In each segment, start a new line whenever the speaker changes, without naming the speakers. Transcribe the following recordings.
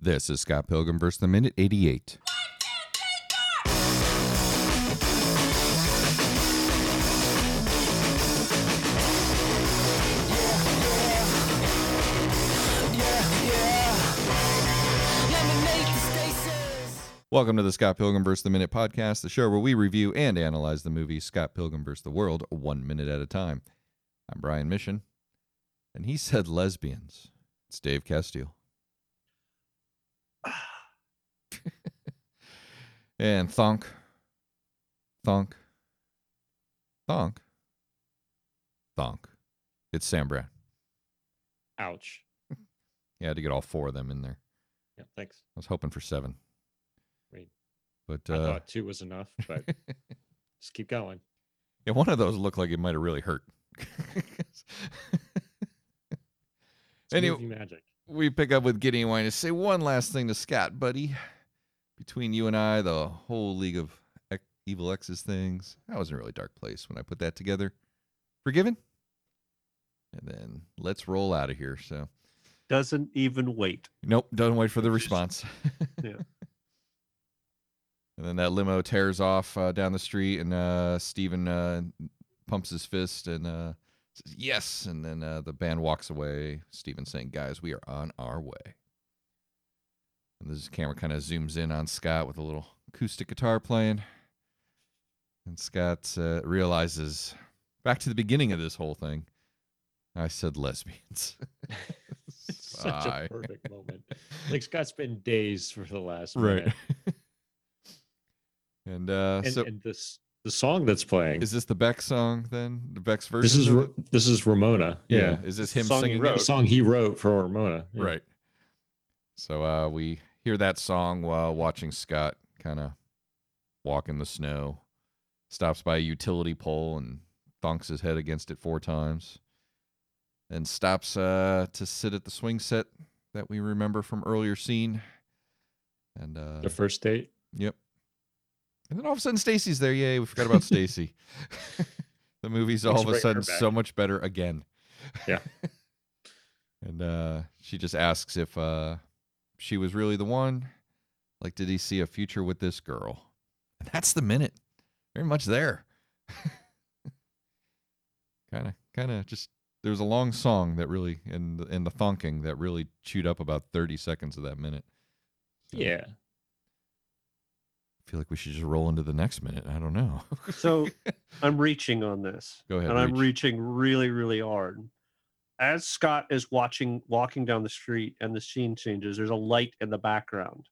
This is Scott Pilgrim versus the Minute 88. Welcome to the Scott Pilgrim vs. the Minute podcast, the show where we review and analyze the movie Scott Pilgrim vs. the World one minute at a time. I'm Brian Mission, and he said lesbians. It's Dave Castile. and thonk, thonk, thonk, thonk. It's Sam Brown.
Ouch.
You had to get all four of them in there.
Yeah, thanks.
I was hoping for seven.
Wait.
But
I
uh,
thought two was enough, but just keep going.
yeah, one of those looked like it might have really hurt.
It's
Any-
movie magic.
we pick up with Gideon Wine and say one last thing to Scott, buddy. Between you and I, the whole League of Ex- Evil X's things, I was in a really dark place when I put that together. Forgiven? And then let's roll out of here. So,
Doesn't even wait.
nope, don't wait for the
Which is-
response.
Yeah.
And then that limo tears off uh, down the street, and uh, Steven uh, pumps his fist and uh, says, Yes. And then uh, the band walks away, Steven saying, Guys, we are on our way. And this camera kind of zooms in on Scott with a little acoustic guitar playing. And Scott uh, realizes back to the beginning of this whole thing, I said lesbians.
Such
Sigh.
a perfect moment. Like Scott's been days for the last
Right.
minute.
and uh,
And,
so
and this the song that's playing.
is this the Beck song then? The Beck's version?
this is
of
Ra-
it?
this is Ramona.
yeah. Is this
the
him
song he
singing?
The
wrote.
song he wrote for Ramona. Yeah.
Right. So uh, we hear that song while watching Scott kind of walk in the snow. Stops by a utility pole and thonks his head against it four times. And stops uh, to sit at the swing set that we remember from earlier scene. And uh,
The first date.
Yep. And then all of a sudden, Stacy's there. Yay, we forgot about Stacy. the movie's all
Let's
of a
bring her
sudden so
back.
much better again.
Yeah.
and uh, she just asks if uh, she was really the one. Like, did he see a future with this girl? And that's the minute. Very much there. kind of, kind of just. There was a long song that really, and the- and the thonking that really chewed up about thirty seconds of that minute. So-
Yeah.
I feel like we should just roll into the next minute. I don't know.
So I'm reaching on this.
Go ahead,
And I'm
reach.
reaching really, really hard. As Scott is watching, walking down the street and the scene changes, there's a light in the background.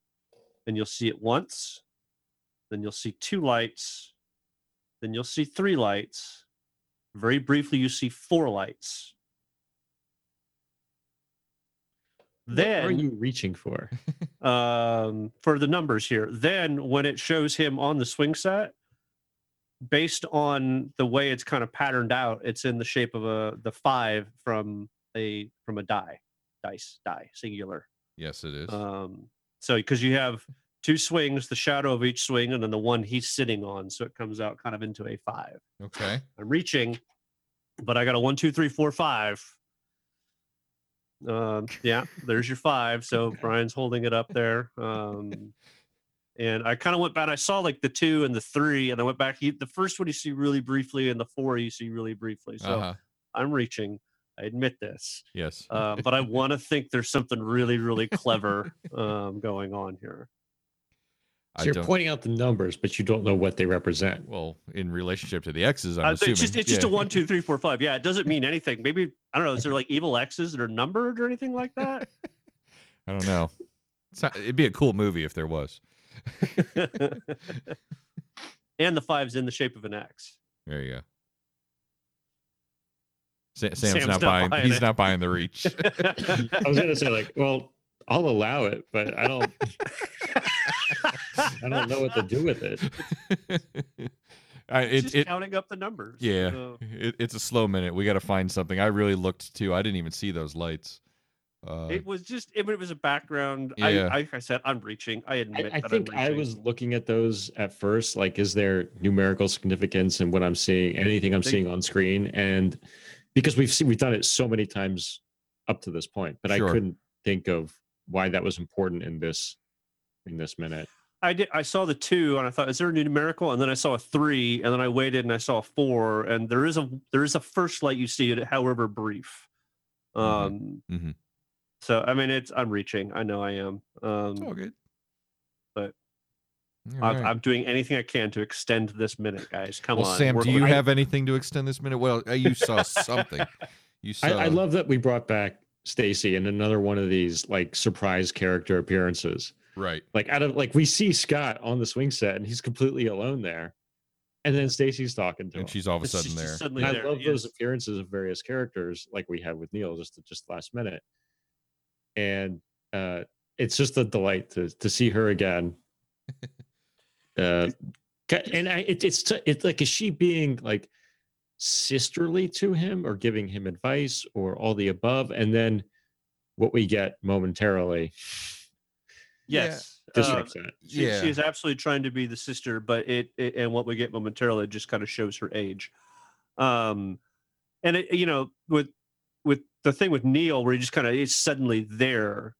And you'll see it once, then you'll see two lights, then you'll see three lights. Very briefly, you see four lights.
what are
Then
you reaching for?
um, for the numbers here. Then when it shows him on the swing set, based on the way it's kind of patterned out, it's in the shape of a the five from a from a die, dice die singular.
yes, it is.
Um, so because you have two swings, the shadow of each swing, and then the one he's sitting on, so it comes out kind of into a five.
okay.
I'm reaching, but I got a one, two, three, four, five. Um, yeah, there's your five. So Brian's holding it up there. Um, and I kind of went back. I saw like the two and the three, and I went back. You, the first one you see really briefly, and the four you see really briefly. So
uh-huh.
I'm reaching. I admit this,
Yes.
uh, but I want to think there's something really, really clever um, going on here.
I
So you're
don't-
pointing out the numbers, but you don't know what they represent.
Well, in relationship to the X's, I'm
Uh,
assuming.
it's just it's just
Yeah.
a one, two, three, four, five. Yeah, it doesn't mean anything. Maybe I don't know. Is there like evil X's that are numbered or anything like that?
I don't know. It's not- it'd be a cool movie if there was.
and the five's in the shape of an X.
There you go. Sa- Sam's,
Sam's
not
not
buying.
buying
he's
it.
not buying the reach.
I was gonna say, like, well, I'll allow it, but I don't I don't know what to do with it.
I,
It's
it,
just
it,
counting up the numbers.
yeah,
So,
it, it's a slow minute. We got to find something. I really looked too. I didn't even see those lights. Uh,
it was just it, was a background.
Yeah.
I, like I said, I'm reaching. I admit
I, I
that I'm
think I
reaching.
was looking at those at first. Like, is there numerical significance in what I'm seeing? Anything I'm
They-
seeing on screen? And because we've seen, we've done it so many times up to this point, but
Sure.
I couldn't think of why that was important in this in this minute.
I did. I saw the two, and I thought, is there a numerical? And then I saw a three, and then I waited, and I saw a four, and there is a there is a first light you see it, however brief. Um,
Mhm. Mhm.
so I mean, it's I'm reaching. I know I am.
It's
Um,
all good.
but
All
I'm,
right.
I'm doing anything I can to extend this minute, guys. Come
well,
on,
Sam,
work
do
with
you
me.
have anything to extend this minute? Well, uh, you saw something. You saw.
I, I love that we brought back Stacy in another one of these like surprise character appearances.
right.
Like out of like we see Scott on the swing set and he's completely alone there, and then Stacy's talking to him.
And she's all of a
It's just-
sudden
just
there.
suddenly
And I
there,
love those
yes.
appearances of various characters, like we had with Neil just just last minute. And uh, it's just a delight to to see her again. uh, ca- and I, it, it's t- it's like is she being like sisterly to him or giving him advice or all the above? And then what we get momentarily
Yeah,
Yes. uh,
disrupts that.
she,
yeah.
she is absolutely trying to be the sister, but it, it and what we get momentarily just kind of shows her age. Um, and it, you know, with with the thing with Neil, where he just kind of is suddenly there,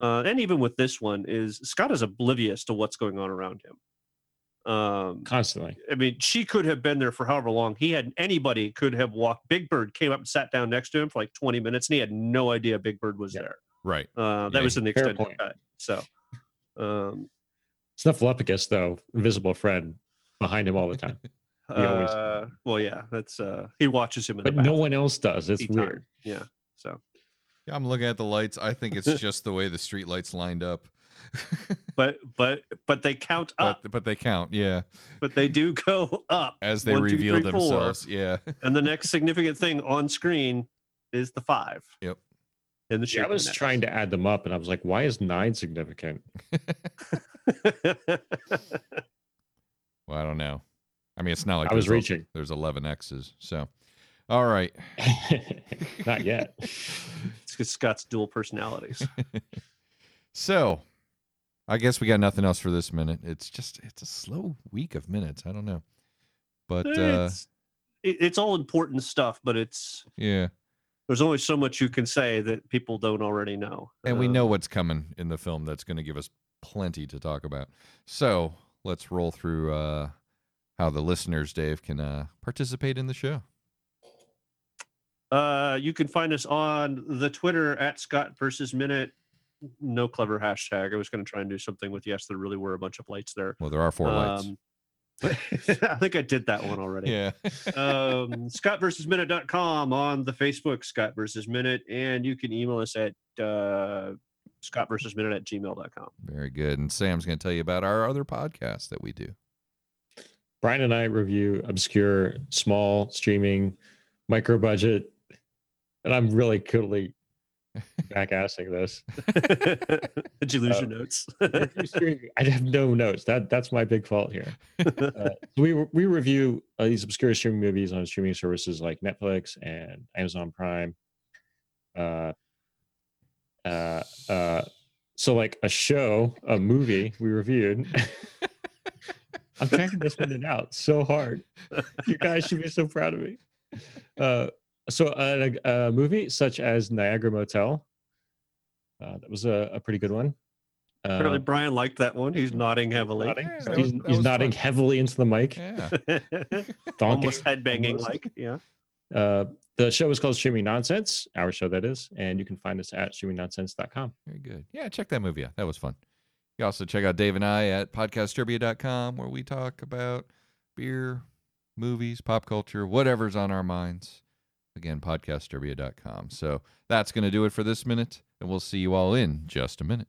uh, and even with this one, is Scott is oblivious to what's going on around him. Um,
constantly.
I mean, she could have been there for however long. He had anybody could have walked. Big Bird came up and sat down next to him for like twenty minutes, and he had no idea Big Bird was
Yeah.
there.
Right.
Uh, that
Yeah,
was in the
fair
extended
point.
cut. So, um,
Snuffleupagus though, invisible friend behind him all the time, He always-
Uh, well, yeah, that's uh, he watches him in
but
the back.
no one else does. It's weird.
Yeah, so
Yeah, I'm looking at the lights. I think it's just the way the street lights lined up.
but but but they count up,
but, but they count, yeah,
but they do go up
as they
One, two,
reveal
three, four.
themselves. Yeah.
and the next significant thing on screen is the five.
Yep.
And the
Yeah, I was trying to add them up, and I was like, "Why is nine significant?"
to.
Well, I don't know. I mean, it's not like
I was
there's a-
reaching.
there's 11 X's. So, all right.
Not yet.
it's 'cause Scott's dual personalities.
So, I guess we got nothing else for this minute. It's just it's a slow week of minutes. I don't know, but uh,
it's, it- it's all important stuff, but it's
yeah,
there's only so much you can say that people don't already know.
and we
Uh,
know what's coming in the film. That's going to give us plenty to talk about. So let's roll through uh, how the listeners, Dave, can uh, participate in the show.
Uh, you can find us on the Twitter at Scott versus Minute. No clever hashtag. I was going to try and do something with yes, there really were a bunch of lights there.
Well, there are
Um,
four lights.
I think I did that one already.
Yeah.
um, Scott versus Minute.com on the Facebook Scott versus Minute, and you can email us at uh, Scott versus Minute at gmail.com.
Very good. And Sam's going to tell you about our other podcast that we do.
Brian and I review obscure, small streaming, micro budget, and I'm really coolly back assing this.
Did you lose
Oh.
your notes?
Review streaming- I have no notes. That that's my big fault here. Uh, so we re- we review uh, these obscure streaming movies on streaming services like Netflix and Amazon Prime. Uh, uh, uh, so like a show, a movie we reviewed. I'm tracking this minute out so hard. You guys should be so proud of me. Uh, so uh, a, a movie such as Niagara Motel. Uh, that was a, a pretty good one.
Apparently,
Uh,
Brian liked that one. He's nodding heavily.
nodding.
Yeah,
He's-
that was-
he's
that
he's
was
nodding
fun.
heavily into the mic.
Yeah.
Donking.
Almost headbanging
Almost.
like, yeah.
Uh, the show is called Streaming Nonsense, our show that is, and you can find us at streamingnonsense.com.
Very good. Yeah, check that movie out. That was fun. You can also check out Dave and I at podcastturbia.com where we talk about beer, movies, pop culture, whatever's on our minds. Again, podcastturbia.com. So that's going to do it for this minute, and we'll see you all in just a minute.